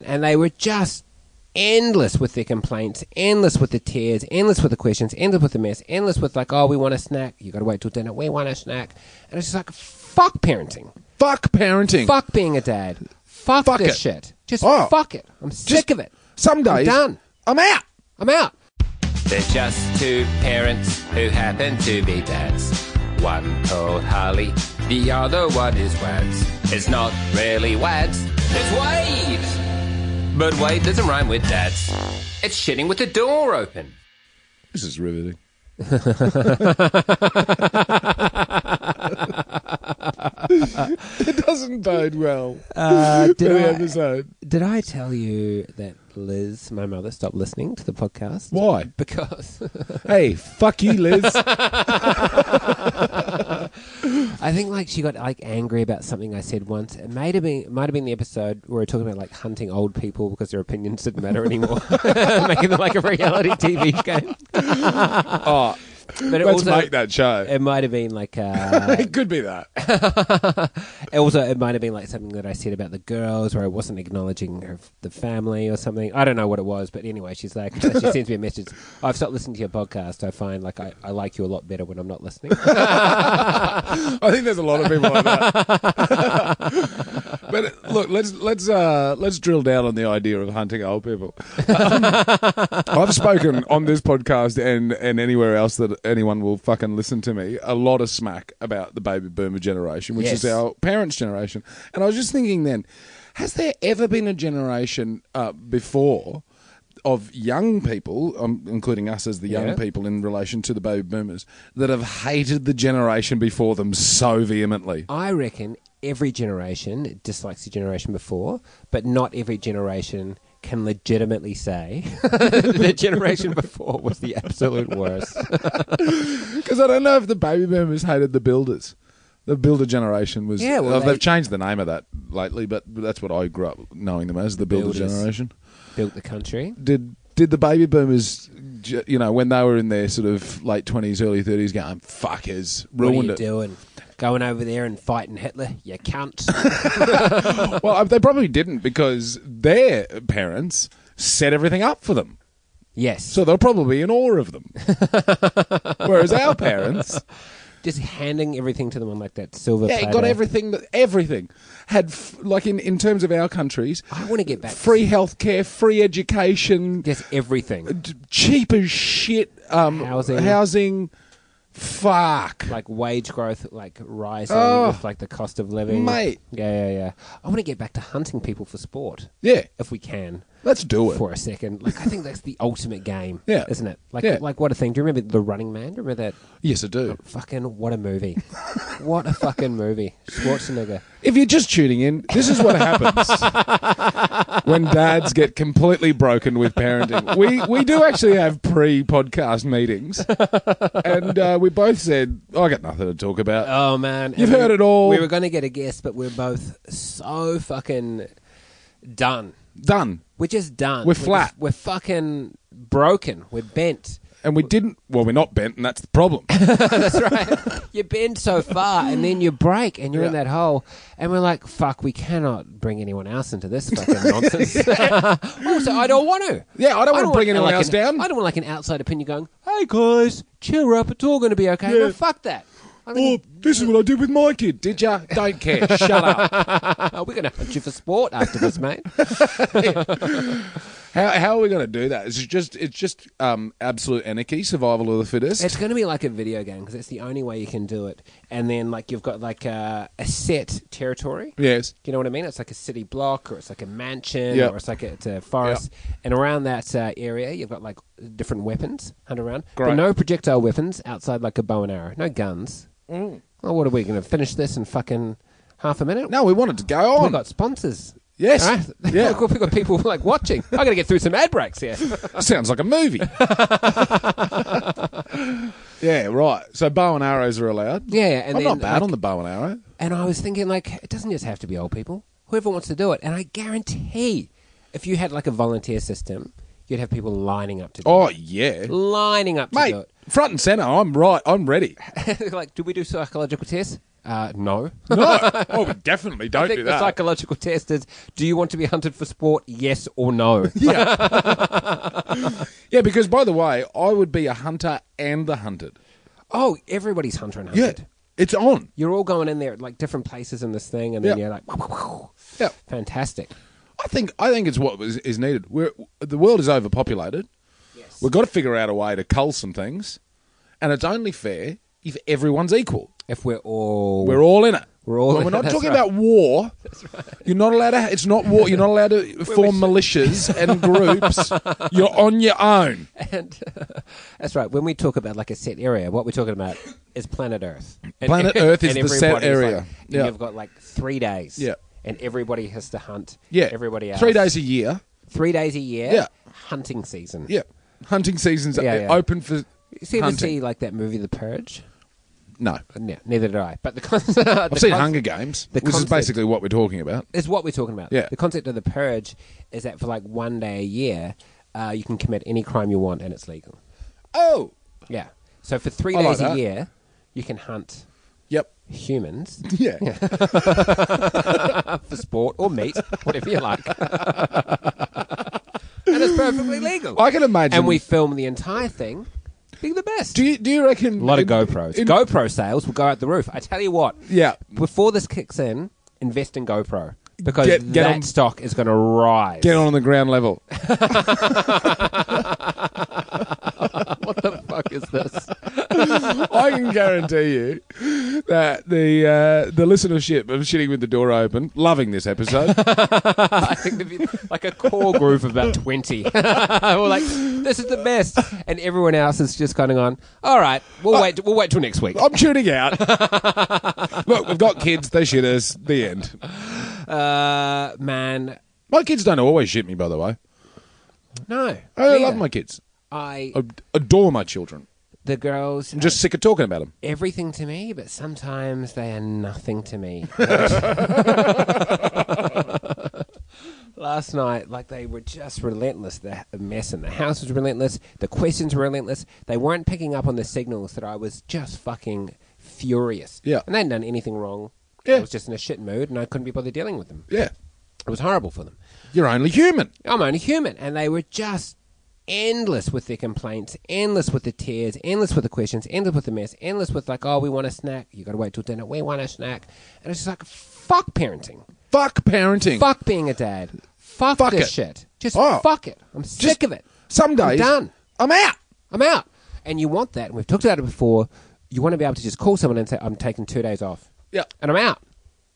and they were just endless with their complaints, endless with the tears, endless with the questions, endless with the mess, endless with like, oh, we want a snack. You got to wait till dinner. We want a snack, and it's just like, fuck parenting, Fuck parenting. fuck being a dad, fuck, Fuck this it. shit. Just Oh. fuck it. I'm sick of it. Some days. I'm done. I'm out. I'm out. They're just two parents who happen to be dads. One called Harley, the other one is Wads. It's not really Wads, it's Wade! But Wade doesn't rhyme with dads. It's shitting with the door open. This is riveting. it doesn't bode well for the episode. Uh, did I tell you that Liz, my mother, stopped listening to the podcast? Why? Because Hey, fuck you, Liz. I think like she got like angry about something I said once. It might have been might have been the episode where we we're talking about like hunting old people because their opinions didn't matter anymore, making them like a reality TV game. oh, But it let's also make that show. it might have been like uh, It could be that. it also it might have been like something that I said about the girls where I wasn't acknowledging her, the family or something. I don't know what it was, but anyway, she's like she sends me a message. I've stopped listening to your podcast. I find like I, I like you a lot better when I'm not listening. I think there's a lot of people like that. but uh, look, let's let's uh, let's drill down on the idea of hunting old people. Um, I've spoken on this podcast and and anywhere else that anyone will fucking listen to me a lot of smack about the baby boomer generation, which is Yes. our parents' generation. And I was just thinking then, has there ever been a generation uh, before? Of young people, um, including us as the young Yeah. people people in relation to the baby boomers that have hated the generation before them so vehemently. I reckon every generation dislikes the generation before, but not every generation can legitimately say the generation before was the absolute worst. Because I don't know if the baby boomers hated the builders. The builder generation was. Yeah, Yeah, well, well, they- they've changed the name of that lately, but that's what I grew up knowing them as the builder Builders. generation. Built the country. Did did the baby boomers, j- you know, when they were in their sort of late twenties, early thirties, going fuckers, ruined what are it? you doing? Going over there and fighting Hitler, you cunt. Well, they probably didn't because their parents set everything up for them. yes. So they're probably in awe of them. Whereas our parents, Just handing everything to them on like that silver Yeah, it platter. got everything. That everything had f- like in in terms of our countries, I want to get back. free healthcare, free education, Just everything. d- cheap as shit. Um, Housing. housing. Fuck. Like wage growth, like rising Oh. with like the cost of living. Mate. Yeah, yeah, yeah. I want to get back to hunting people for sport. Yeah, If we can. let's do it. for a second. Like I think that's the ultimate game. Yeah. Isn't it? Like Yeah. like what a thing. Do you remember The Running Man? Do you remember that Yes, I do. fucking what a movie. what a fucking movie. Schwarzenegger. If you're just tuning in, this is what happens when dads get completely broken with parenting. We we do actually have pre-podcast meetings, and uh, we both said, "I got nothing to talk about." Oh man. And You've we- heard it all. We were gonna get a guest, but we're both so fucking done. Done. We're just done. We're flat. just- we're fucking broken. We're bent. And we didn't. Well, we're not bent, and that's the problem. That's right. you bend so far, and then you break, and you're in Yeah. that hole. And we're like, "Fuck, we cannot bring anyone else into this fucking nonsense." also, I don't want to. Yeah, I don't wanna bring want, anyone like, else an- down. I don't want like an outside opinion going, "Hey guys, cheer up, it's all going to be okay." Yeah. No, fuck that. I'm oh, this is what I did with my kid. Did ya? Don't care. Shut up. gonna, Oh. we're going to hunt you for sport after this, mate. How, how are we going to do that? It's just it's just um, absolute anarchy, survival of the fittest. It's going to be like a video game because it's the only way you can do it. And then like you've got like a, a set territory. yes. Do you know what I mean? It's like a city block, or it's like a mansion, Yep. or it's like a, it's a forest. And around that uh, area, you've got like different weapons hunt around. But Great. no projectile weapons outside, like a bow and arrow. No guns. Mm. Oh, what are we going to finish this in fucking half a minute? No, we wanted to go We've on. got sponsors. Yes. All right? Yeah. Look, We've got people like watching. i got to get through some ad breaks here. Sounds like a movie. yeah, right. So bow and arrows are allowed. Yeah, yeah, and I'm then, not bad like- on the bow and arrow. And I was thinking, like, it doesn't just have to be old people. Whoever wants to do it. And I guarantee if you had like a volunteer system, you'd have people lining up to do Oh it. yeah, Lining up to mate. do it. Front and center. I'm right. I'm ready. like, do we do psychological tests? Uh, no. No. oh, we definitely don't I think do the that. psychological test is do you want to be hunted for sport, yes or no? yeah. yeah, because by the way, I would be a hunter and the hunted. oh, everybody's hunter and Yeah. hunted. It's on. You're all going in there at like different places in this thing, and then Yeah. you're like, wow, wow, wow. Yeah. fantastic. I think I think it's what is, is needed. We're, the world is overpopulated. Yes. We've got to figure out a way to cull some things, and it's only fair if everyone's equal. If we're all. We're all in it. We're all And in We're it, not that's talking right. about war. You're not allowed to. It's not war. You're not allowed to form militias and groups. You're on your own. And, that's right. When we talk about like a set area, what we're talking about is planet Earth. And- Planet Earth is and the set everybody's area. like- and Yeah. You've got like three days. Yeah. And everybody has to hunt. Yeah. Everybody else. Three days a year. Three days a year. Yeah. Hunting season. Yeah. Hunting seasons Yeah, are yeah. open for You ever hunting. see like that movie The Purge? No. No, neither did I. But the concept I've seen Hunger Games, the which is concept- basically what we're talking about. is what we're talking about. Yeah. The concept of the purge is that for like one day a year, uh, you can commit any crime you want and it's legal. Oh. Yeah. So for three I like days a that. year, you can hunt Yep. humans Yeah. for sport or meat, whatever you like. and it's perfectly legal. I can imagine. and we film the entire thing being the best. Do you, do you reckon a lot of in- GoPros. in- GoPro sales will go out the roof. I tell you what. Yeah. Before this kicks in, invest in GoPro because Get- get that on- stock is going to rise. Get on the ground level. What the fuck is this? I can guarantee you that the uh, the listenership of shitting with the door open, loving this episode. I think there'd be like a core group of about 20. We're like, this is the best. And everyone else is just kind of on, all right, Uh, we'll wait, we'll wait till next week. I'm tuning out. Look, we've got kids. They shit us. The end. Uh, man, My kids don't always shit me, by the way. no. I Yeah. love my kids. I, I adore my children. the girls, I'm just sick of talking about them. are everything to me, but sometimes they are nothing to me. Last night, like they were just relentless. The the mess in the house was relentless. The questions were relentless. They weren't picking up on the signals that I was just fucking furious. Yeah. And they hadn't done anything wrong. Yeah. I was just in a shit mood and I couldn't be bothered dealing with them. Yeah, It was horrible for them. you're only human. I'm only human. And they were just endless with their complaints, endless with the tears, endless with the questions, endless with the mess, endless with like, oh, we want a snack. You got to wait till dinner. We want a snack. And it's just like, fuck parenting. Fuck parenting. Fuck being a dad. Fuck, Fuck this it. shit. Just Oh. fuck it. I'm sick of it. Some days, done. I'm out. I'm out. And you want that. And we've talked about it before. You want to be able to just call someone and say, I'm taking two days off. Yeah. And I'm out.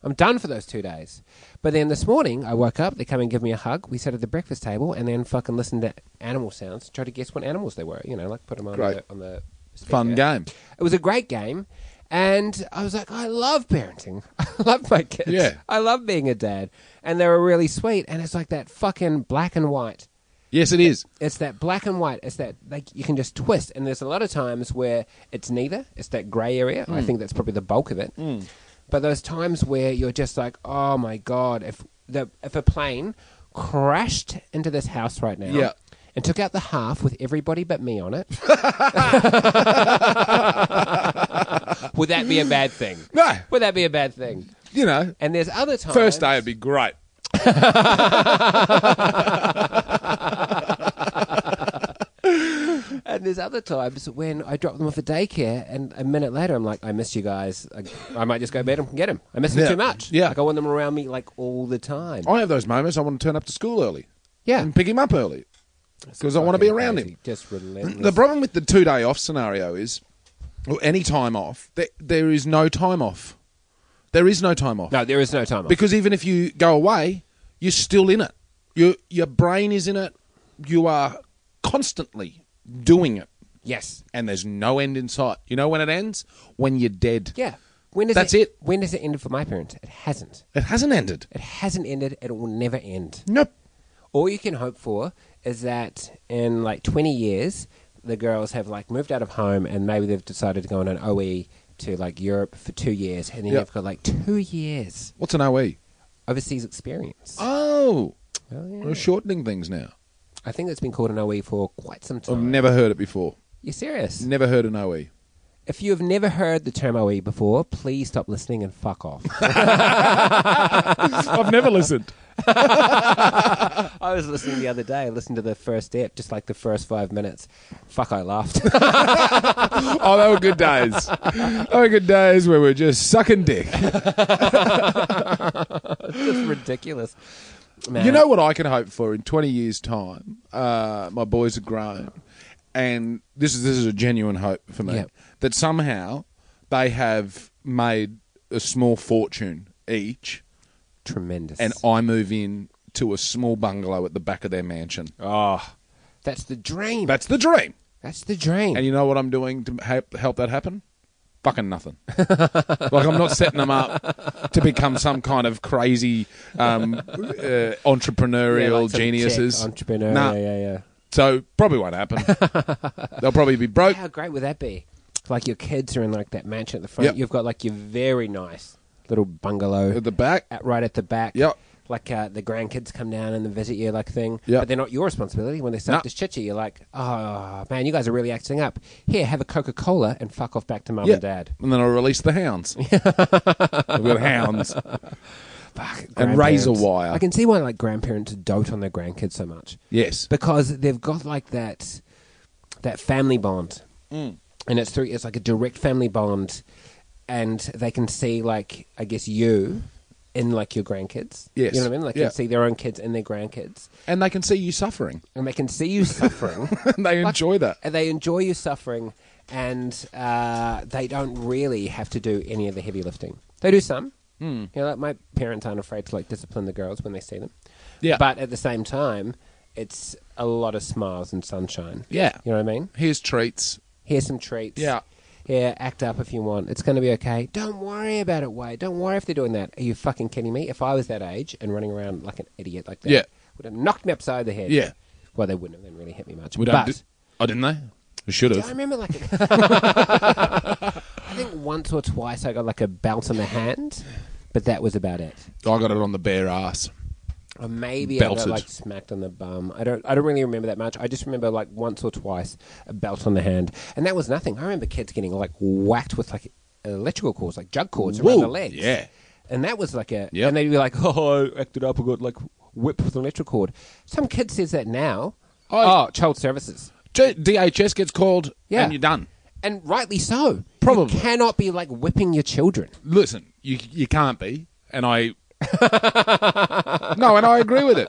I'm done for those two days. But then this morning, I woke up. They come and give me a hug. We sat at the breakfast table and then fucking listened to animal sounds. Try to guess what animals they were. You know, like put them on Great. the, on the speaker. Fun game. It was a great game. And I was like, I love parenting. I love my kids. Yeah. I love being a dad. And they were really sweet. And it's like that fucking black and white Yes, it is. it's that black and white. It's that like you can just twist. And there's a lot of times where it's neither. It's that grey area. Hmm. I think that's probably the bulk of it. But those times where you're just like, oh my god, if the if a plane crashed into this house right now. Yeah. And took out the half with everybody but me on it. Would that be a bad thing? No. Would that be a bad thing? You know, And there's other times. first day would be great. And there's other times when I drop them off at daycare, and a minute later I'm like, I miss you guys. I, I might just go bed and get them. I miss them Yeah. too much. Yeah. Oh, like I want them around me like all the time. I have those moments. I want to turn up to school early. Yeah. and pick him up early because mm. I want to be around him. Crazy, Just relentless. The problem with the two day off scenario is, or any time off, there, there is no time off. There is no time off. no, there is no time. off. Because even if you go away, you're still in it. Your, your brain is in it. You are constantly doing it. yes, And there's no end in sight. You know when it ends? When you're dead. yeah. When does That's it. When does it end for my parents? It hasn't. It hasn't ended. It hasn't ended. and It will never end. Nope. All you can hope for is that in like 20 years, the girls have like moved out of home and maybe they've decided to go on an OE to like Europe for two years, and then Yeah. you've got like two years What's an E? OE? overseas experience. Oh, Oh, yeah. we're shortening things now. I think it's been called an OE E for quite some I've time. never heard it before. You're serious? Never heard an E. OE. if you have never heard the term OE before, please stop listening and fuck off. I've never listened. I was listening the other day. I listened to the first ep, just like the first five minutes. Fuck, I laughed. Oh, they were good days. They were good days where we were just sucking dick. it's ridiculous. Man. You know what I can hope for in 20 years' time? Uh, my boys are grown, and this is this is a genuine hope for me Yeah. that somehow they have made a small fortune each, tremendous. and I move in to a small bungalow at the back of their mansion. oh, that's the dream. That's the dream. that's the dream. And you know what I'm doing to help, help that happen? Fucking nothing. like I'm not setting them up to become some kind of crazy um, uh, entrepreneurial Yeah, like some geniuses. tech entrepreneur. Nah. Yeah, yeah, yeah. So probably won't happen. They'll probably be broke. How great would that be? Like your kids are in like that mansion at the front. Yep. You've got like your very nice little bungalow At the back, at, right at the back. Yep. Like uh, the grandkids come down and visit you, like thing. Yep. But they're not your responsibility. When they start No. to chit you, you're like, oh man, you guys are really acting up. Here, have a Coca Cola and fuck off back to mum Yeah. and dad. and then I'll release the hounds. I've got hounds. Fuck. And razor grandparents. wire. I can see why like grandparents dote on their grandkids so much. Yes. because they've got like that that family bond, mm. and it's through it's like a direct family bond, and they can see like I guess you in like your grandkids. Yes. you know what I mean. Like they Yeah. can see their own kids and their grandkids, and they can see you suffering. and they can see you suffering, And they enjoy that. and they enjoy you suffering, and uh, they don't really have to do any of the heavy lifting. They do some. Hmm. Mm. You know, like my parents aren't afraid to like discipline the girls when they see them. Yeah. But at the same time, it's a lot of smiles and sunshine. Yeah. You know what I mean? Here's treats. Here's some treats. Yeah. Here, act up if you want. It's going to be okay. Don't worry about it, Wade. Don't worry if they're doing that. Are you fucking kidding me? If I was that age and running around like an idiot like that, Yeah. would have knocked me upside the head. Yeah. Well, they wouldn't have then really hit me much. We don't but do- oh, didn't they? We should do I have. remember like. I think once or twice I got like a belt on the hand, but that was about it. I got it on the bare ass. Or maybe I Belted. got like smacked on the bum. I don't. I don't really remember that much. I just remember like once or twice a belt on the hand, and that was nothing. I remember kids getting like whacked with like electrical cords, like jug cords around Whoa, the legs. yeah. and that was like a. Yep. And they'd be like, "Oh, I acted up. I got like whipped with an electrical cord." Some kid says that now. I- oh, child services, J- DHS gets called, Yeah. and you're done. and rightly so. Probably. you cannot be like whipping your children. Listen, you you can't be, and I. no, and I agree with it.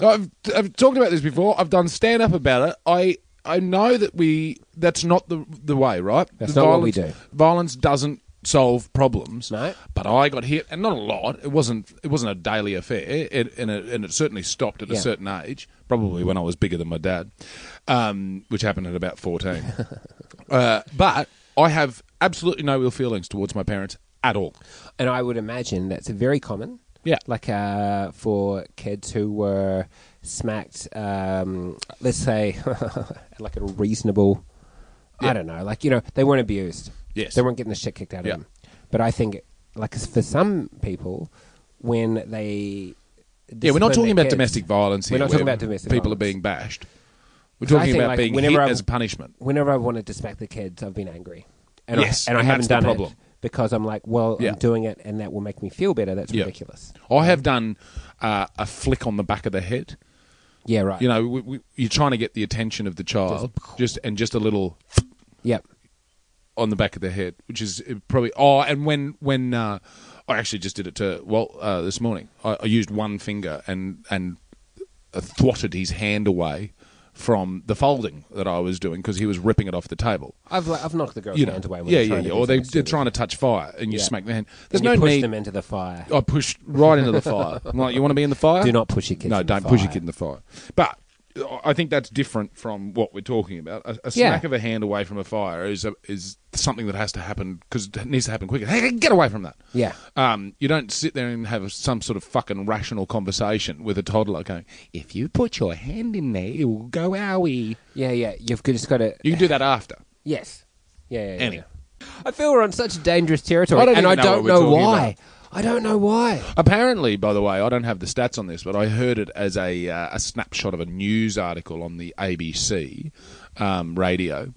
I've, I've talked about this before. I've done stand up about it. I I know that we that's not the the way, right? That's The not what we Violence doesn't solve problems. No. But I got hit, and not a lot. It wasn't it wasn't a daily affair, it, and, it, and it certainly stopped at a Yeah. certain age. Probably when I was bigger than my dad, um, which happened at about fourteen. uh, but I have absolutely no ill feelings towards my parents at all. And I would imagine that's very common. Yeah. Like uh, for kids who were smacked, um, let's say, at like a reasonable, I don't know, like, you know, they weren't abused. Yes. They weren't getting the shit kicked out of Yeah. them. But I think, like, for some people, when they. yeah, we're not discipline talking their about kids- domestic violence here. We're not talking where about domestic People violence. are being bashed. We're 'Cause I talking think, about like, being whenever hit I'm- as a punishment. whenever I've wanted to smack the kids, I've been angry, and Yes, I, and I and haven't that's the done problem. it because I'm like, well, Yeah. I'm doing it, and that will make me feel better. That's Yeah. ridiculous. I have done uh, a flick on the back of the head. Yeah, right. You know, we, we, you're trying to get the attention of the child, just and just a little yep. on the back of the head, which is probably. Oh, and when when uh, I actually just did it to well uh, this morning, I, I used one finger and and uh, thwatted his hand away from the folding that I was doing because he was ripping it off the table. I've like, I've knocked the girl's you know, hand away. When yeah, they're yeah, trying to yeah. do Or they, something they're stupid. trying to touch fire, and you Yeah. smack their hand. There's And you no push need. Oh. them into the fire. I pushed right into the fire. I'm like, you want to be in the fire? Do not push your kids No, in the don't push your fire. kid in the fire. But I- I think that's different from what we're talking about. A, a Yeah. smack of a hand away from a fire is a, is something that has to happen because it needs to happen quicker. Hey, get away from that. Yeah. Um, you don't sit there and have some sort of fucking rational conversation with a toddler going, if you put your hand in there, it will go owie. Yeah, yeah. You've just got to. You can do that after. Yes. Yeah, yeah. yeah, Anyway. yeah. I feel we're on such dangerous territory, I don't and I even know don't what we're know talking why. I don't know why. Apparently, by the way, I don't have the stats on this, but I heard it as a uh, a snapshot of a news article on the ABC um, radio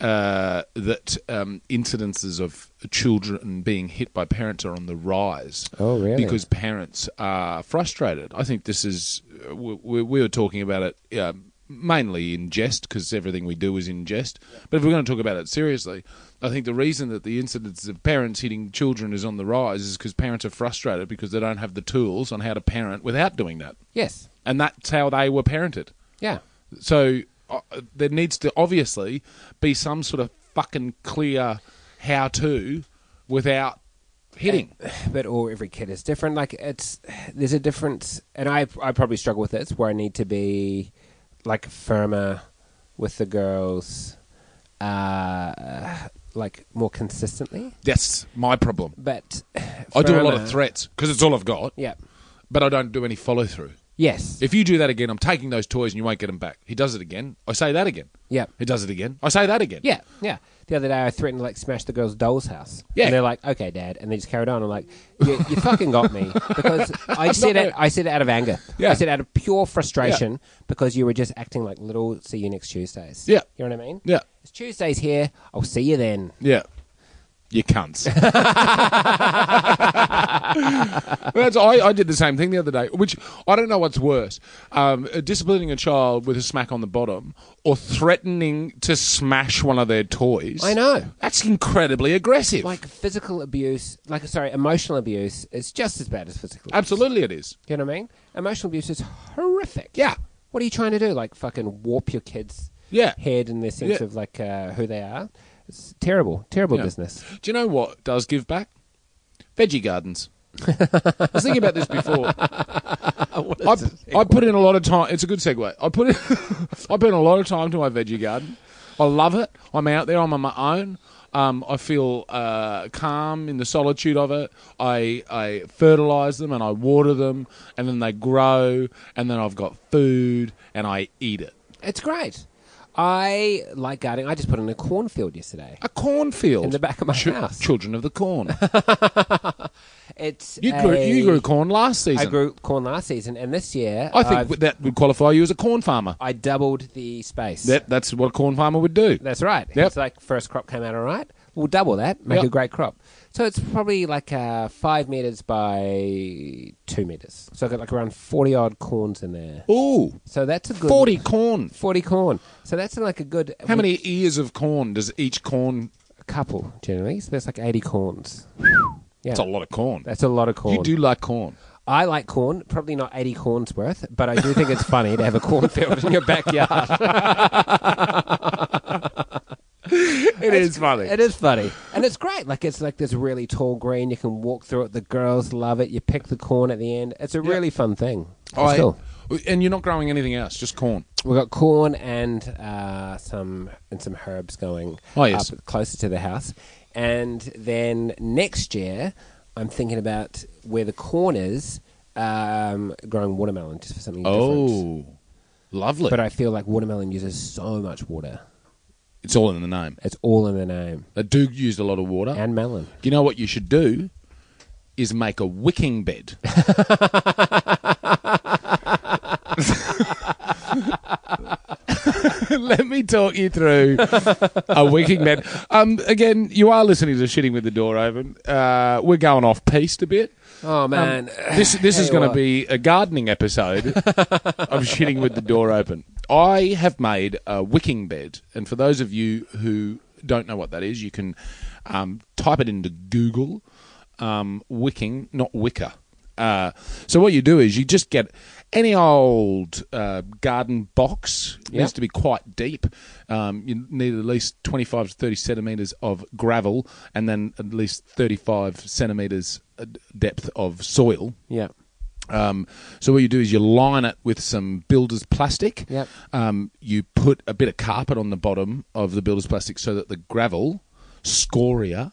uh, that um, incidences of children being hit by parents are on the rise. Oh, really? Because parents are frustrated. I think this is we, we we were talking about it. Uh, Mainly in jest, because everything we do is in jest. But if we're going to talk about it seriously, I think the reason that the incidence of parents hitting children is on the rise is because parents are frustrated because they don't have the tools on how to parent without doing that. Yes. And that's how they were parented. Yeah. So uh, there needs to obviously be some sort of fucking clear how to without hitting. but all every kid is different. Like it's there's a difference, and I I probably struggle with it. It's where I need to be like firmer with the girls, uh, like more consistently. That's my problem. But I do a lot of firmer- threats because it's all I've got, Yeah. but I don't do any follow through. Yes. If you do that again, I'm taking those toys and you won't get them back. He does it again. I say that again. yeah. He does it again. I say that again. Yeah. Yeah. The other day, I threatened to like smash the girl's doll's house. Yeah. And they're like, "Okay, Dad," and they just carried on. I'm like, "You, you fucking got me," because I said it. I said it out of anger. Yeah. I said it out of pure frustration because you were just acting like little. See you next Tuesdays. Yeah. You know what I mean? Yeah. It's Tuesdays here. I'll see you then. Yeah. You cunts. Well, that's, I, I did the same thing the other day, which I don't know what's worse um, disciplining a child with a smack on the bottom or threatening to smash one of their toys. I know. That's incredibly aggressive. Like physical abuse, like sorry, emotional abuse is just as bad as physical. abuse. Absolutely, it is. You know what I mean? Emotional abuse is horrific. Yeah. What are you trying to do? Like fucking warp your kids' Yeah. head in their sense Yeah. of like uh, who they are. It's terrible, terrible Yeah. business. Do you know what does give back? Veggie gardens. I was thinking about this before. I, I put in a lot of time. It's a good segue. I put in, I put in a lot of time to my veggie garden. I love it. I'm out there. I'm on my own. Um, I feel uh, calm in the solitude of it. I I fertilize them and I water them, and then they grow, and then I've got food and I eat it. It's great. I like gardening. I just put in a cornfield yesterday. A cornfield In the back of my Chil- house. Children of the corn. It's You grew, a- you grew corn last season. I grew corn last season, and this year I think I've- that would qualify you as a corn farmer. I doubled the space. That, that's what a corn farmer would do. That's right. Yep. It's like first crop came out all right. We'll double that, make Yep. a great crop. So it's probably like uh, five meters by two meters. So I've got like around 40 odd corns in there. Ooh, So that's a good 40 corn. 40 corn. So that's like a good How many ears of corn does each corn? couple generally. So that's like 80 corns. Yeah. That's a lot of corn. That's a lot of corn. You do like corn. I like corn, probably not 80 corns worth, but I do think it's funny to have a cornfield in your backyard. It is funny. It is funny. And it's great. Like, it's like this really tall green. You can walk through it. The girls love it. You pick the corn at the end. It's a really fun thing. It's I, cool. and you're not growing anything else, just corn. We've got corn and uh, some and some herbs going Oh, yes. up closer to the house. And then next year, I'm thinking about where the corn is, um, growing watermelon just for something Oh. different. lovely. But I feel like watermelon uses so much water. it's all in the name. It's all in the name. They do use a lot of water. And melon. you know what you should do? Is make a wicking bed. Let me talk you through a wicking bed. Um, again, you are listening to Shitting with the Door Open. Uh, we're going off piste a bit. Oh man, This this is Tell you going to what. be a gardening episode of shitting with the door open. I have made a wicking bed, and for those of you who don't know what that is, you can um, type it into Google. Um, wicking, not wicker. Uh, so what you do is you just get any old uh, garden box. It Yeah. needs to be quite deep. Um, you need at least twenty-five to thirty centimeters of gravel, and then at least thirty-five centimeters uh, depth of soil. yeah. Um, so what you do is you line it with some builder's plastic. Yep. Um, you put a bit of carpet on the bottom of the builder's plastic so that the gravel scoria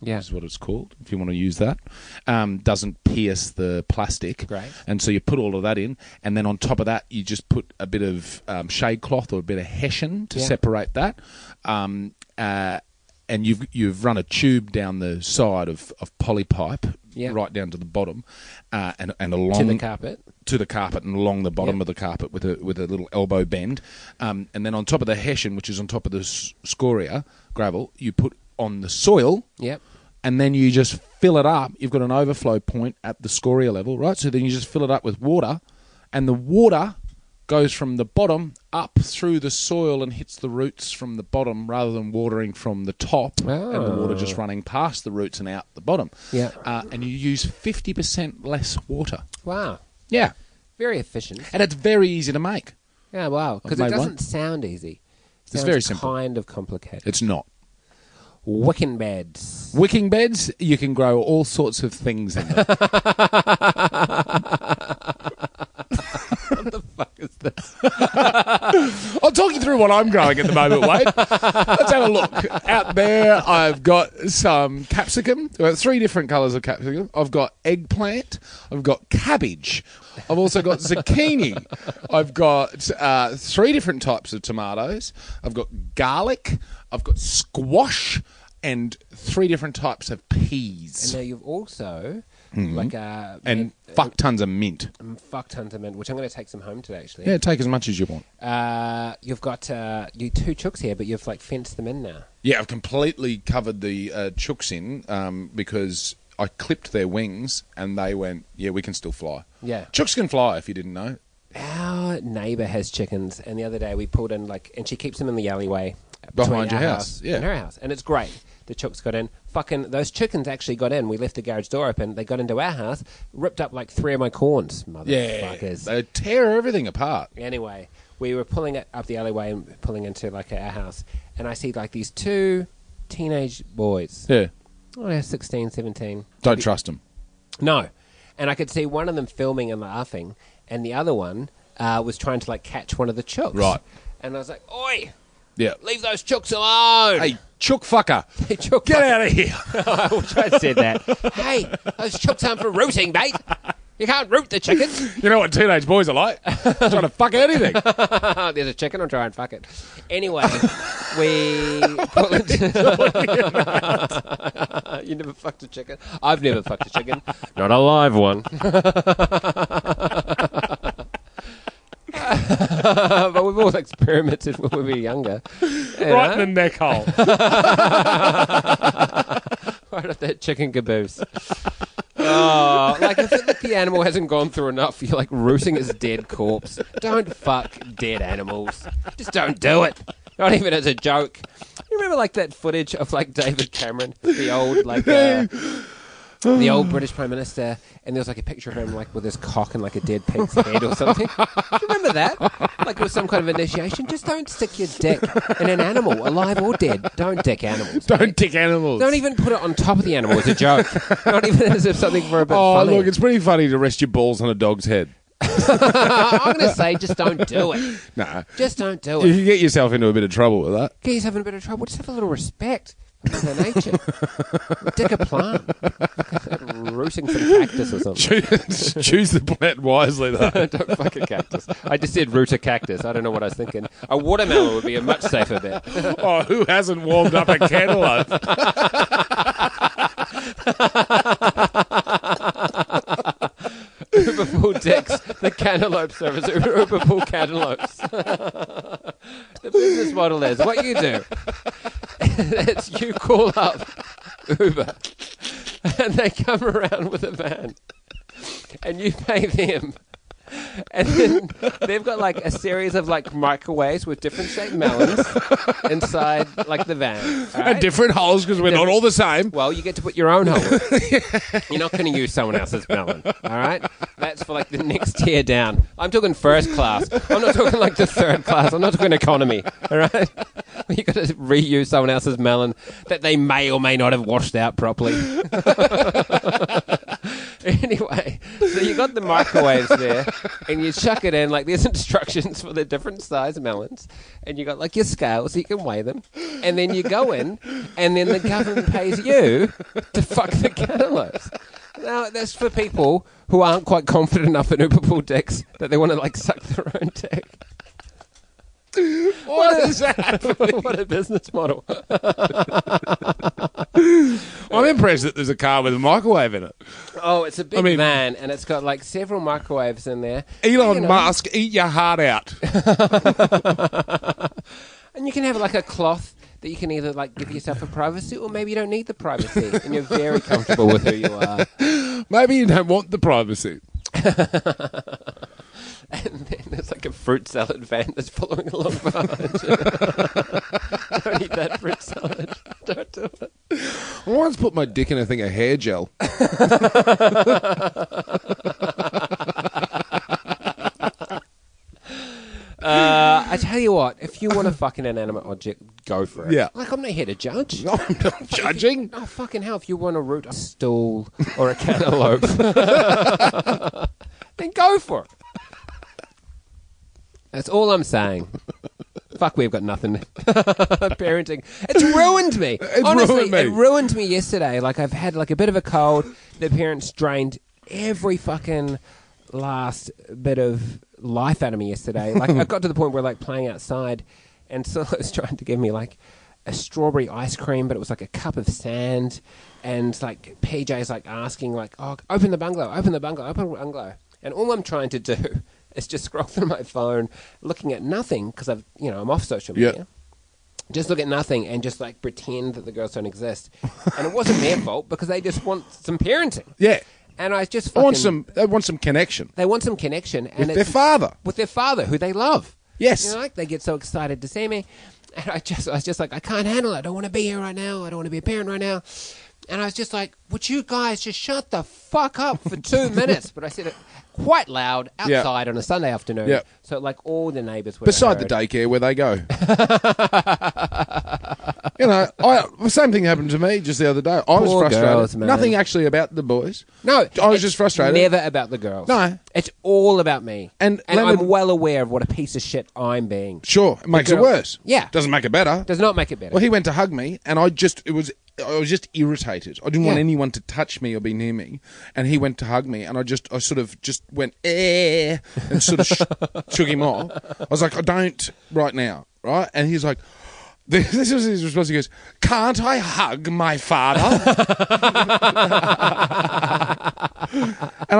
Yeah. is what it's called, if you want to use that, um, doesn't pierce the plastic. Great. And so you put all of that in, and then on top of that, you just put a bit of um, shade cloth or a bit of hessian to Yeah. separate that. Um, uh, and you've you've run a tube down the side of, of poly pipe Yeah. right down to the bottom, uh, and and along to the carpet. to the carpet and along the bottom Yep. of the carpet with a with a little elbow bend, um, and then on top of the hessian, which is on top of the s- scoria gravel, you put on the soil, Yep. and then you just fill it up. You've got an overflow point at the scoria level, right? So then you just fill it up with water, and the water goes from the bottom up through the soil and hits the roots from the bottom rather than watering from the top and the water just running past the roots and out the bottom. Yeah. Uh, and you use 50% less water. Wow. Yeah. Very efficient. And it's very easy to make. Yeah, wow. Because it made doesn't one. sound easy. It It's sounds very simple. kind of complicated. It's not. Wicking beds. Wicking beds, you can grow all sorts of things in them. I'll talk you through what I'm growing at the moment, Wade. Let's have a look. Out there, I've got some capsicum, uh, three different colours of capsicum. I've got eggplant, I've got cabbage, I've also got zucchini, I've got uh, three different types of tomatoes, I've got garlic, I've got squash, and three different types of And peas. now you've also, like, uh, Mm-hmm. And fuck tons of mint. made- fuck tons of mint, which I'm going to take some home today, actually. Yeah, take as much as you want. Uh, you've got uh, you two chooks here, but you've like fenced them in now. Yeah, I've completely covered the uh, chooks in um, because I clipped their wings and they went, yeah, we can still fly. Yeah. Chooks can fly if you didn't know. Our neighbour has chickens, and the other day we pulled in like, and she keeps them in the alleyway between Behind your our house, yeah. and her house, and it's great. The chooks got in. Fucking those chickens actually got in. We left the garage door open. They got into our house, ripped up like three of my corns, motherfuckers. They tear everything apart. Anyway, we were pulling it up the alleyway and pulling into like our house, and I see like these two teenage boys, Yeah. oh, they're 16, 17. Don't trust them. No. And I could see one of them filming and laughing, and the other one uh, was trying to like catch one of the chooks. Right. And I was like, "Oi, Yeah. leave those chooks alone!" Hey, chook fucker. Hey, chook Get out of here. I wish I said that. hey, those chooks aren't for rooting, mate. You can't root the chickens. You know what teenage boys are like? Trying to fuck anything. Oh, there's a chicken. I'll try and fuck it. Anyway, we pull into- you never fucked a chicken. I've never fucked a chicken. Not a live one. but we've all experimented when we were younger. you Right know? in the neck hole. right at that chicken caboose. oh, like if it- like the animal hasn't gone through enough, you're like rooting its dead corpse. Don't fuck dead animals. Just don't do it. Not even as a joke. You remember like that footage of like David Cameron, the old like uh, the old British Prime Minister, and there was like a picture of him like with his cock and like a dead pig's head or something. Do you remember that? Like it was some kind of initiation. Just don't stick your dick in an animal, alive or dead. Don't dick animals. Don't dick animals. Don't even put it on top of the animal as a joke. Not even as if something were a bit Oh, funny. look, it's pretty funny to rest your balls on a dog's head. I'm going to say just don't do it. Nah. Just don't do You it. can get yourself into a bit of trouble with that. Get yourself in a bit of trouble. Just have a little respect for the nature. Dick a plant. Rooting some cactus or something. Choose, choose the plant wisely, though. don't fuck a cactus. I just said root a cactus. I don't know what I was thinking. A watermelon would be a much safer bet. oh, who hasn't warmed up a cantaloupe? Uberpool dicks, the cantaloupe service, Uberpool cantaloupes. the business model is what you do. it's you call up Uber, and they come around with a van, and you pay them. And then they've got like a series of like microwaves with different shaped melons inside like the van. all And right? different holes because we're not all the same. Well, you get to put your own hole. in. You're not going to use someone else's melon. All right, that's for like the next tier down. I'm talking first class. I'm not talking like the third class. I'm not talking economy. All right, you got to reuse someone else's melon that they may or may not have washed out properly. anyway, so you got the microwaves there, and you chuck it in. Like there's instructions for the different size melons, and you got like your scale so you can weigh them, and then you go in, and then the government pays you to fuck the cantaloupes. Now that's for people who aren't quite confident enough in Uberpool dicks that they want to like suck their own dick. What is that? what a business model! I'm impressed that there's a car with a microwave in it. Oh, it's a big I mean- van, and it's got like several microwaves in there. Elon You know, Musk, eat your heart out. And you can have like a cloth that you can either like give yourself a privacy, or maybe you don't need the privacy, and you're very comfortable with who you are. Maybe you don't want the privacy. And then there's like a fruit salad van that's following along behind you. don't eat that fruit salad. Don't do it. I once put my dick in a thing of hair gel. Uh, I tell you what, if you want to fuck an inanimate object, go for it. Yeah. Like, I'm not here to judge. No, I'm not judging. Oh, fucking hell, if you want to root a stool or a cantaloupe, then go for it. That's all I'm saying. Fuck, we've got nothing. Parenting. It's ruined me. It's Honestly, ruined me. it ruined me yesterday. Like, I've had, like, a bit of a cold. The parents drained every fucking last bit of life out of me yesterday. Like, I got to the point where, like, playing outside, and so was trying to give me, like, a strawberry ice cream, but it was like a cup of sand. And like PJ's like asking, like, oh, open the bungalow, open the bungalow, open the bungalow. And all I'm trying to do is just scroll through my phone, looking at nothing because I've, you know, I'm off social Yeah. media. Just look at nothing and just like pretend that the girls don't exist. and it wasn't their fault because they just want some parenting. Yeah. And I just I fucking, want some. I want some connection They want some connection and with their it's- father. with their father, who they love. Yes. you know, like they get so excited to see me, and I just, I was just like, I can't handle it. I don't want to be here right now. I don't want to be a parent right now. And I was just like, would you guys just shut the fuck up for two minutes? But I said it quite loud Yeah. outside on a Sunday afternoon. Yeah. So like all the neighbours were Beside the heard. daycare where they go. you know, I, the same thing happened to me just the other day. I was Poor frustrated. girls, man. Nothing actually about the boys. No, I was it's just frustrated. Never about the girls. No. it's all about me. And I'm Leonard- well aware of what a piece of shit I'm being. Sure, it makes it girl- worse. Yeah. doesn't make it better. Does not make it better. Well, he went to hug me, and I just it was I was just irritated. I didn't want Yeah. anyone to touch me or be near me, and he went to hug me, and I just I sort of just went eh and sort of sh- shook him off. I was like, I don't right now, right? And he's like. This this is his response. He goes, "Can't I hug my father?" and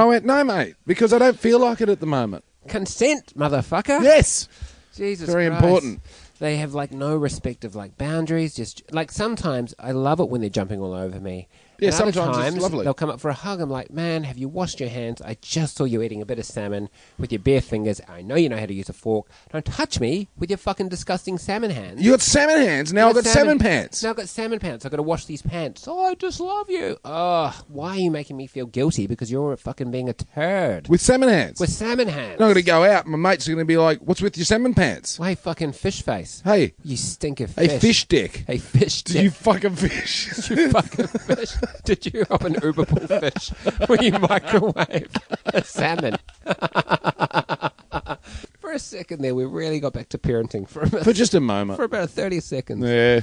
I went, "No, mate, because I don't feel like it at the moment." Consent, motherfucker. Yes, Jesus, Very Christ. important. They have like no respect of like boundaries. Just like sometimes I love it when they're jumping all over me. Yeah, And other sometimes it's lovely. They'll come up for a hug. I'm like, man, have you washed your hands? I just saw you eating a bit of salmon with your bare fingers. I know you know how to use a fork. Don't touch me with your fucking disgusting salmon hands. you got salmon hands. Now I've got salmon, pants. Now I've got salmon pants. I've got to wash these pants. Oh, I just love you. Oh, why are you making me feel guilty? Because you're fucking being a turd. with salmon hands. With salmon hands. And I'm going to go out. My mates are going to be like, "What's with your salmon pants? Hey, fucking fish face. Hey, You stink of hey, fish. fish, dick. Hey, fish Do dick. you fucking fish? fucking fish? Did you have an Uber pool fish when you microwave a salmon? for a second there, we really got back to parenting for about, For just a moment. for about 30 seconds. yeah.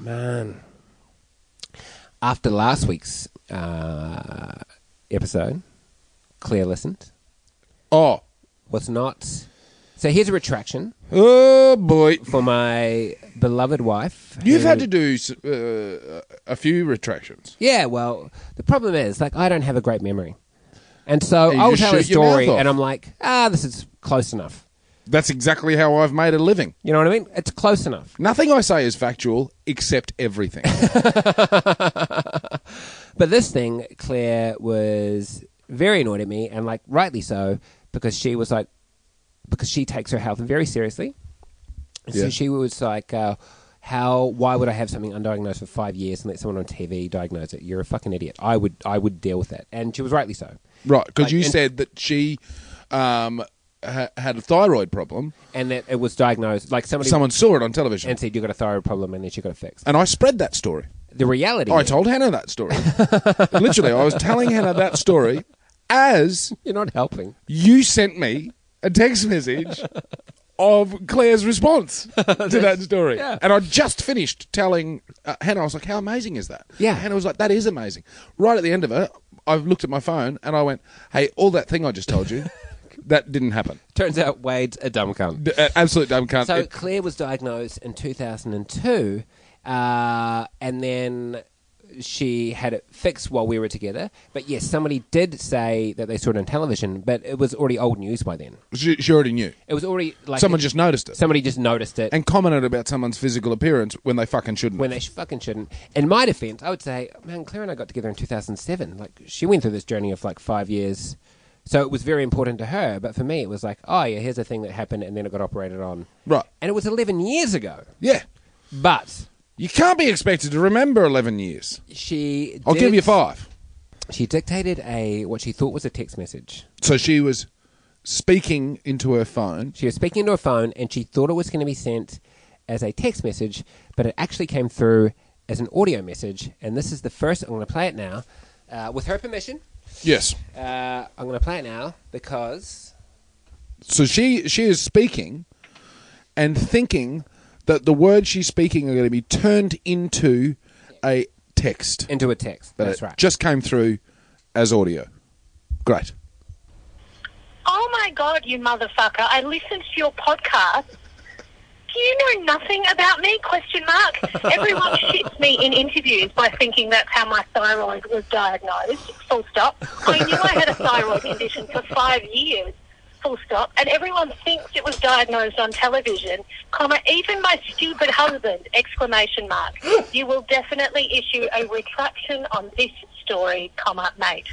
Man. After last week's uh, episode, Claire listened, Oh. was not. So here's a retraction Oh boy. for my beloved wife. You've who- had to do s- uh, a few retractions. Yeah, well, the problem is, like, I don't have a great memory. And so You I'll just tell a shoot your story, mouth off. and I'm like, ah, this is close enough. That's exactly how I've made a living. You know what I mean? It's close enough. Nothing I say is factual except everything. But this thing, Claire was very annoyed at me, and, like, rightly so, because she was like, because she takes her health very seriously. So Yeah. she was like, uh, how, why would I have something undiagnosed for five years and let someone on TV diagnose it? You're a fucking idiot. I would, I would deal with that. And she was rightly so. right, because Like, you and- said that she um, ha- had a thyroid problem. And that it was diagnosed, like, somebody Someone saw it on television. and said, you've got a thyroid problem, and then she got it fixed. and I spread that story. the reality. I is- told Hannah that story. Literally, I was telling Hannah that story as You're not helping. you sent me a text message of Claire's response to that story. yeah. And I just finished telling uh, Hannah, I was like, how amazing is that? Yeah. Hannah was like, that is amazing. Right at the end of it, I looked at my phone and I went, hey, all that thing I just told you, that didn't happen. Turns out Wade's a dumb cunt. D- uh, absolute dumb cunt. So It- Claire was diagnosed in 2002, uh, and then she had it fixed while we were together. But yes, somebody did say that they saw it on television, but it was already old news by then. She, she already knew. It was already like Someone just noticed it somebody just noticed it and commented about someone's physical appearance when they fucking shouldn't. when they sh- fucking shouldn't. In my defense, I would say, man, Claire and I got together in 2007. Like, she went through this journey of like five years. So it was very important to her. But for me, it was like, oh, yeah, here's a thing that happened and then it got operated on. Right. And it was 11 years ago. yeah. But You can't be expected to remember 11 years. she. I'll give did- you five. She dictated a what she thought was a text message. So she was speaking into her phone. She was speaking into her phone and she thought it was going to be sent as a text message, but it actually came through as an audio message. And this is the first, I'm going to play it now. Uh, with her permission, Yes. uh, I'm going to play it now because. So she she is speaking and thinking that the words she's speaking are going to be turned into a text. Into a text. But That's it right. just came through as audio. Great. Oh my God, you motherfucker. I listened to your podcast. Do you know nothing about me? Question mark. Everyone shits me in interviews by thinking that's how my thyroid was diagnosed. Full stop. I knew I had a thyroid condition for five years. Full stop. And everyone thinks it was diagnosed on television, comma, even my stupid husband, exclamation mark. You will definitely issue a retraction on this story, comma, mate.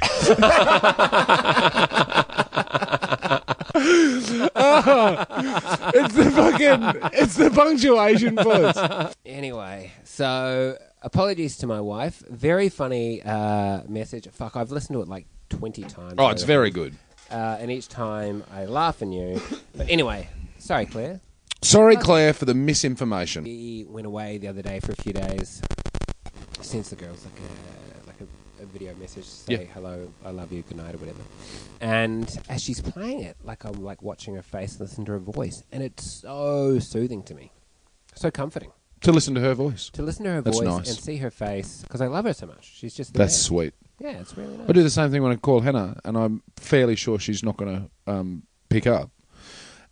It's the fucking it's the punctuation points. Anyway, so apologies to my wife. Very funny uh, message. Fuck, I've listened to it like 20 times. Oh, it's very good. Uh, and each time I laugh and you. But anyway, sorry, Claire. Sorry Claire for the misinformation. We went away the other day for a few days. Sends the girls like a like a, a video message to say Yeah. hello, I love you, good night, or whatever. And as she's playing it, like I'm like watching her face, listen to her voice, and it's so soothing to me, so comforting To listen to her voice. to listen to her That's voice nice. and see her face because I love her so much. She's just the That's best. sweet. yeah, it's really nice. I do the same thing when I call Hannah, and I'm fairly sure she's not going to um, pick up.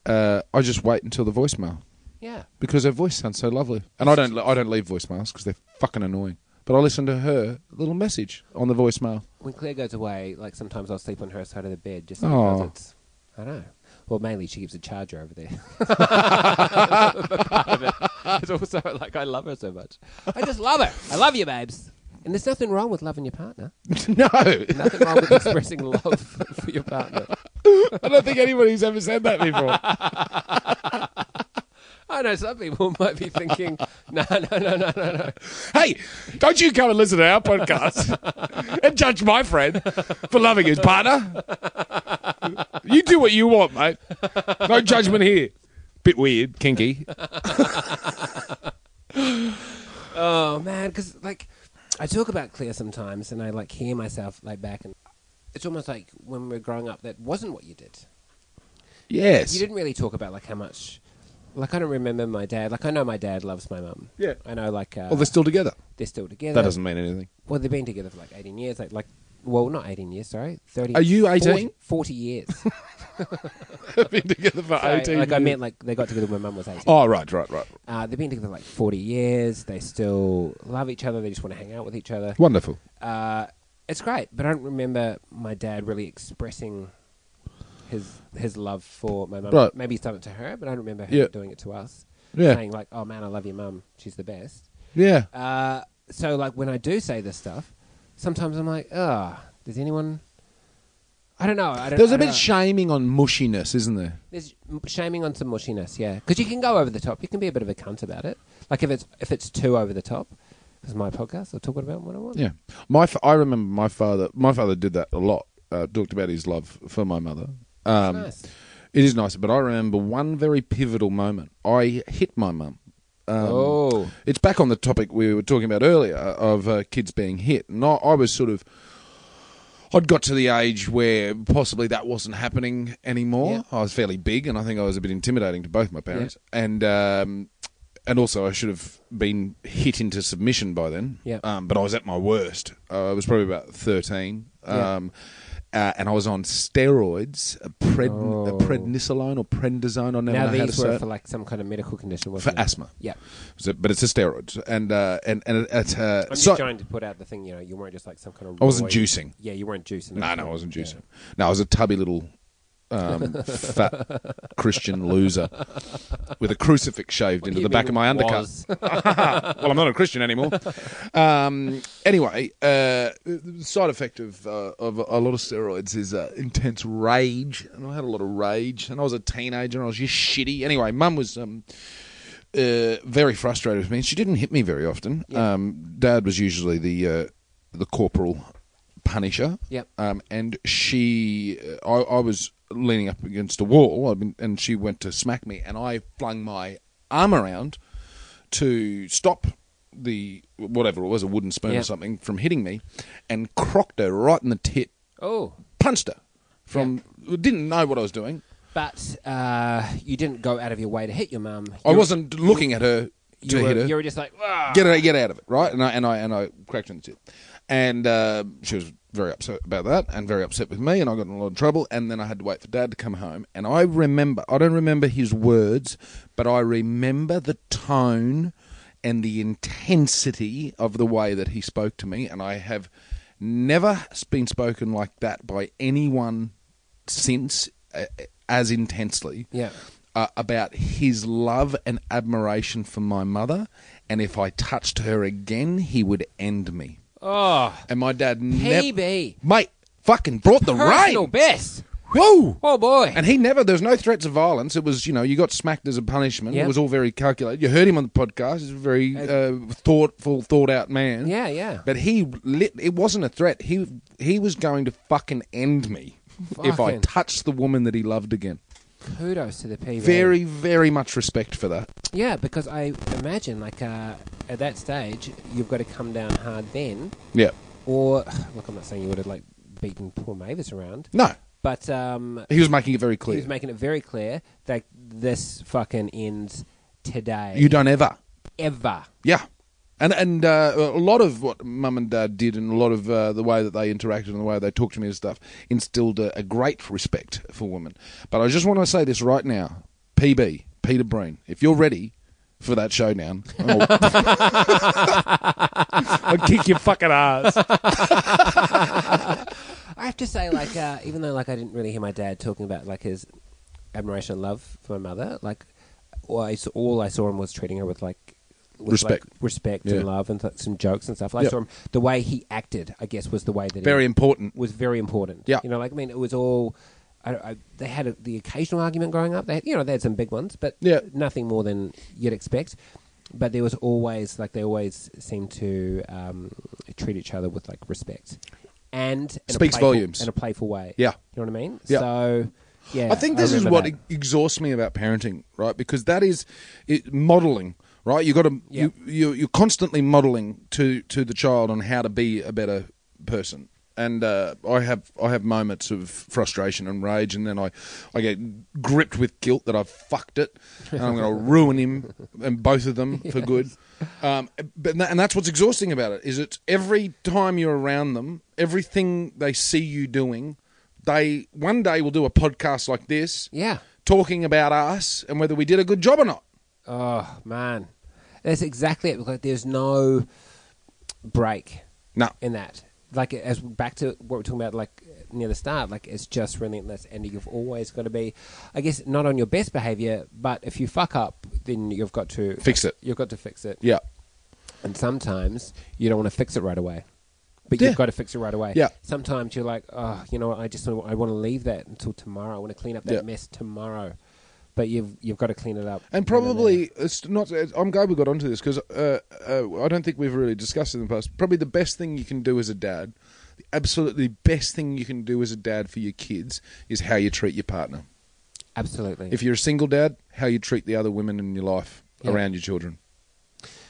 Uh, I just wait until the voicemail Yeah, because her voice sounds so lovely, and I don't I don't leave voicemails because they're fucking annoying. But I listen to her little message on the voicemail. when Claire goes away, like sometimes I'll sleep on her side of the bed just Aw. because it's I don't know. Well, mainly she keeps a charger over there. It's also like I love her so much. I just love her. I love you, babes. And there's nothing wrong with loving your partner. no, Nothing wrong with expressing love for your partner. I don't think anybody's ever said that before. I know some people might be thinking, no, no, no, no, no, no. hey, don't you come and listen to our podcast and judge my friend for loving his partner. You do what you want, mate. No judgment here. Bit weird, kinky. Oh man, because like I talk about Claire sometimes, and I like hear myself like back, and it's almost like when we were growing up, that wasn't what you did. Yes. You didn't really talk about like how much. Like I don't remember my dad. Like I know my dad loves my mum. Yeah. I know. Like uh, Well, they're still together. they're still together. That doesn't mean anything. Well, they've been together for like 18 years. Like, like well, not 18 years, sorry. 30. Are you 40, 18? 40 years. They've been together for Sorry, like, I years. meant, like, they got together when my mum was 18. Oh, right, right, right. Uh, they've been together like 40 years. They still love each other. They just want to hang out with each other. Wonderful. Uh, it's great, but I don't remember my dad really expressing his his love for my mum. Right. Maybe he's done it to her, but I don't remember her Yeah. doing it to us. Yeah. Saying, like, oh, man, I love your mum. She's the best. Yeah. Uh, so like when I do say this stuff, sometimes I'm like, ah, does anyone? I don't know. I don't, There's I a don't bit know. shaming on mushiness, isn't there? There's m- shaming on some mushiness, yeah. Because you can go over the top. You can be a bit of a cunt about it. Like if it's if it's too over the top, because my podcast, I'll talk about what I want. Yeah. My f- I remember my father. My father did that a lot. Uh, talked about his love for my mother. Um, nice. It is nice, but I remember one very pivotal moment. I hit my mum. Um, oh, It's back on the topic we were talking about earlier of uh, kids being hit. And I, I was sort of, I'd got to the age where possibly that wasn't happening anymore. Yeah. I was fairly big, and I think I was a bit intimidating to both my parents, and um, and also I should have been hit into submission by then. Yeah. Um, but I was at my worst. Uh, I was probably about thirteen. Yeah. Um, uh, and I was on steroids, uh, pred- uh, prednisolone or prednisone. I never Oh. Now know how to these say were it. for like some kind of medical condition, for wasn't it? asthma. Yeah. So- but it's a steroid, and uh, and and it- it's uh, I'm so- just trying to put out the thing, you know, you weren't just like some kind of. I wasn't roid- juicing. Yeah, you weren't juicing. No, at no, I all. wasn't Yeah. juicing. No, I was a tubby little um, fat Christian loser with a crucifix shaved into do the you back mean of my undercut. was? well, I'm not a Christian anymore. Um, anyway, uh, the side effect of, uh, of a lot of steroids is uh, intense rage, and I had a lot of rage, and I was a teenager, and I was just shitty. Anyway, Mum was. Um, uh, very frustrated with me. She didn't hit me very often. Um, Dad was usually the uh, the corporal punisher. Yep. Um, and she, I, I was leaning up against a wall, I've been, and she went to smack me, and I flung my arm around to stop the whatever it was, a wooden spoon Yeah. or something, from hitting me, and crocked her right in the tit, Oh, punched her. From didn't know what I was doing. but uh, you didn't go out of your way to hit your mum. I You- wasn't looking at her to You were, hit her. you were just like, "Ah." get it, get out of it, right? And I and I and I cracked her in the tip, and uh, she was very upset about that, and very upset with me, and I got in a lot of trouble, and then I had to wait for Dad to come home, and I remember, I don't remember his words, but I remember the tone and the intensity of the way that he spoke to me, and I have never been spoken like that by anyone since, uh, as intensely Yeah. uh, about his love and admiration for my mother, and if I touched her again, he would end me. Oh, And my dad never, PB. mate, fucking brought the Personal rain. best. Whoa! Oh, boy. And he never. There was no threats of violence. It was, you know, you got smacked as a punishment. Yeah. It was all very calculated. You heard him on the podcast. He's a very uh, thoughtful, thought out man. Yeah, yeah. But he lit. It wasn't a threat. He he was going to fucking end me if I Fucking. touched the woman that he loved again. Kudos to the PB. Very, very much respect for that. Yeah, because I imagine, like, uh, at that stage, you've got to come down hard then. Yeah. Or, look, I'm not saying you would have, like, beaten poor Mavis around, No. but um, He was making it very he clear. was making it very clear that this fucking ends today. you don't ever. Ever. Yeah. And and uh, a lot of what mum and dad did, and a lot of uh, the way that they interacted and the way they talked to me and stuff, instilled a, a great respect for women. But I just want to say this right now, PB Peter Breen, if you're ready for that showdown, oh, I'll, I'll kick your fucking ass. I have to say, like, uh, even though like I didn't really hear my dad talking about like his admiration and love for my mother, like, all I saw, all I saw him was treating her with like with, Respect. like, respect Yeah. and love, and th- some jokes and stuff. Like, Yep. I saw him the way he acted. I guess was the way that Very he important. was very important. Yeah. you know, like I mean, it was all. I, I, they had a, the occasional argument growing up. They had, you know they had some big ones, but Yeah. nothing more than you'd expect. But there was always like they always seemed to um, treat each other with like respect, and in a Speaks playful- volumes. in a playful way. Yeah. You know what I mean? Yeah. So, yeah. I think this is remember what that. ex- exhausts me about parenting, right? Because that is it, modeling, right? You got to Yeah. you, you you're constantly modeling to to the child on how to be a better person. And uh, I have I have moments of frustration and rage, and then I, I get gripped with guilt that I've fucked it, and I'm going to ruin him and both of them for good. Um, but and that's what's exhausting about it is it's every time you're around them, everything they see you doing, they one day will do a podcast like this Yeah. talking about us and whether we did a good job or not Oh man, that's exactly it. Like, there's no break no in that. Like, as back to what we're talking about, like near the start, like it's just relentless, and you've always got to be, I guess, not on your best behavior, but if you fuck up, then you've got to Fix it. You've got to fix it. yeah And sometimes you don't want to fix it right away, but Yeah. you've got to fix it right away. Yeah. Sometimes you're like, oh, you know, what, I just wanna- I want to leave that until tomorrow. I want to clean up that Yeah. mess tomorrow, but you've you've got to clean it up. then and there. probably it's not i'm glad we got onto this because uh, uh, i don't think we've really discussed it in the past probably the best thing you can do as a dad the absolutely best thing you can do as a dad for your kids is how you treat your partner absolutely. if you're a single dad how you treat the other women in your life Yeah. around your children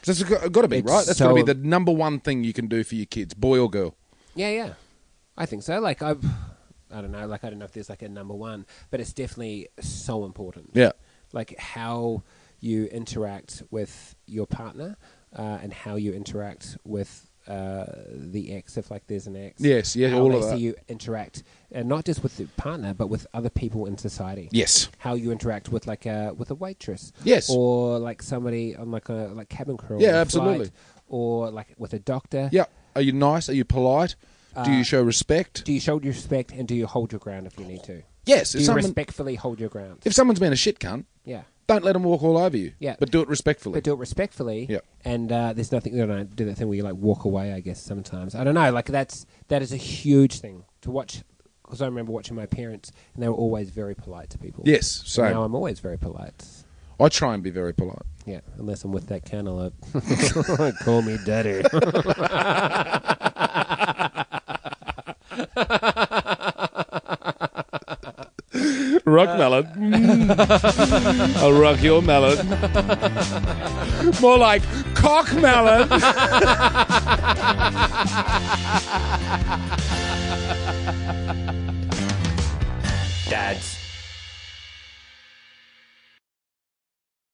that's got to be It's right that's so- got to be the number one thing you can do for your kids boy or girl Yeah, yeah. I think so. Like I I don't know, like I don't know if there's like a number one, but it's definitely so important. yeah Like how you interact with your partner uh, and how you interact with uh, the ex, if like there's an ex. Yes, yeah, how all they of that. see you interact, and not just with the partner, but with other people in society. Yes. How you interact with like a with a waitress. Yes. Or like somebody on like a like cabin crew. Yeah, on a absolutely. flight, or like with a doctor. Yeah. Are you nice? Are you polite? do you show respect? Uh, Do you show respect and do you hold your ground if you need to? yes. Do If you someone, respectfully hold your ground? if someone's been a shit cunt, Yeah. don't let them walk all over you. Yeah. But do it respectfully. But do it respectfully. Yeah. And uh, there's nothing. You know, do that thing where you like walk away. I guess sometimes I don't know. Like that's that is a huge thing to watch. Because I remember watching my parents, and they were always very polite to people. yes. So now So I'm always very polite. I try and be very polite. Yeah, unless I'm with that cantaloupe. Call me daddy. Uh, Rock melon. I'll rock your melon. More like cock melon. Dads,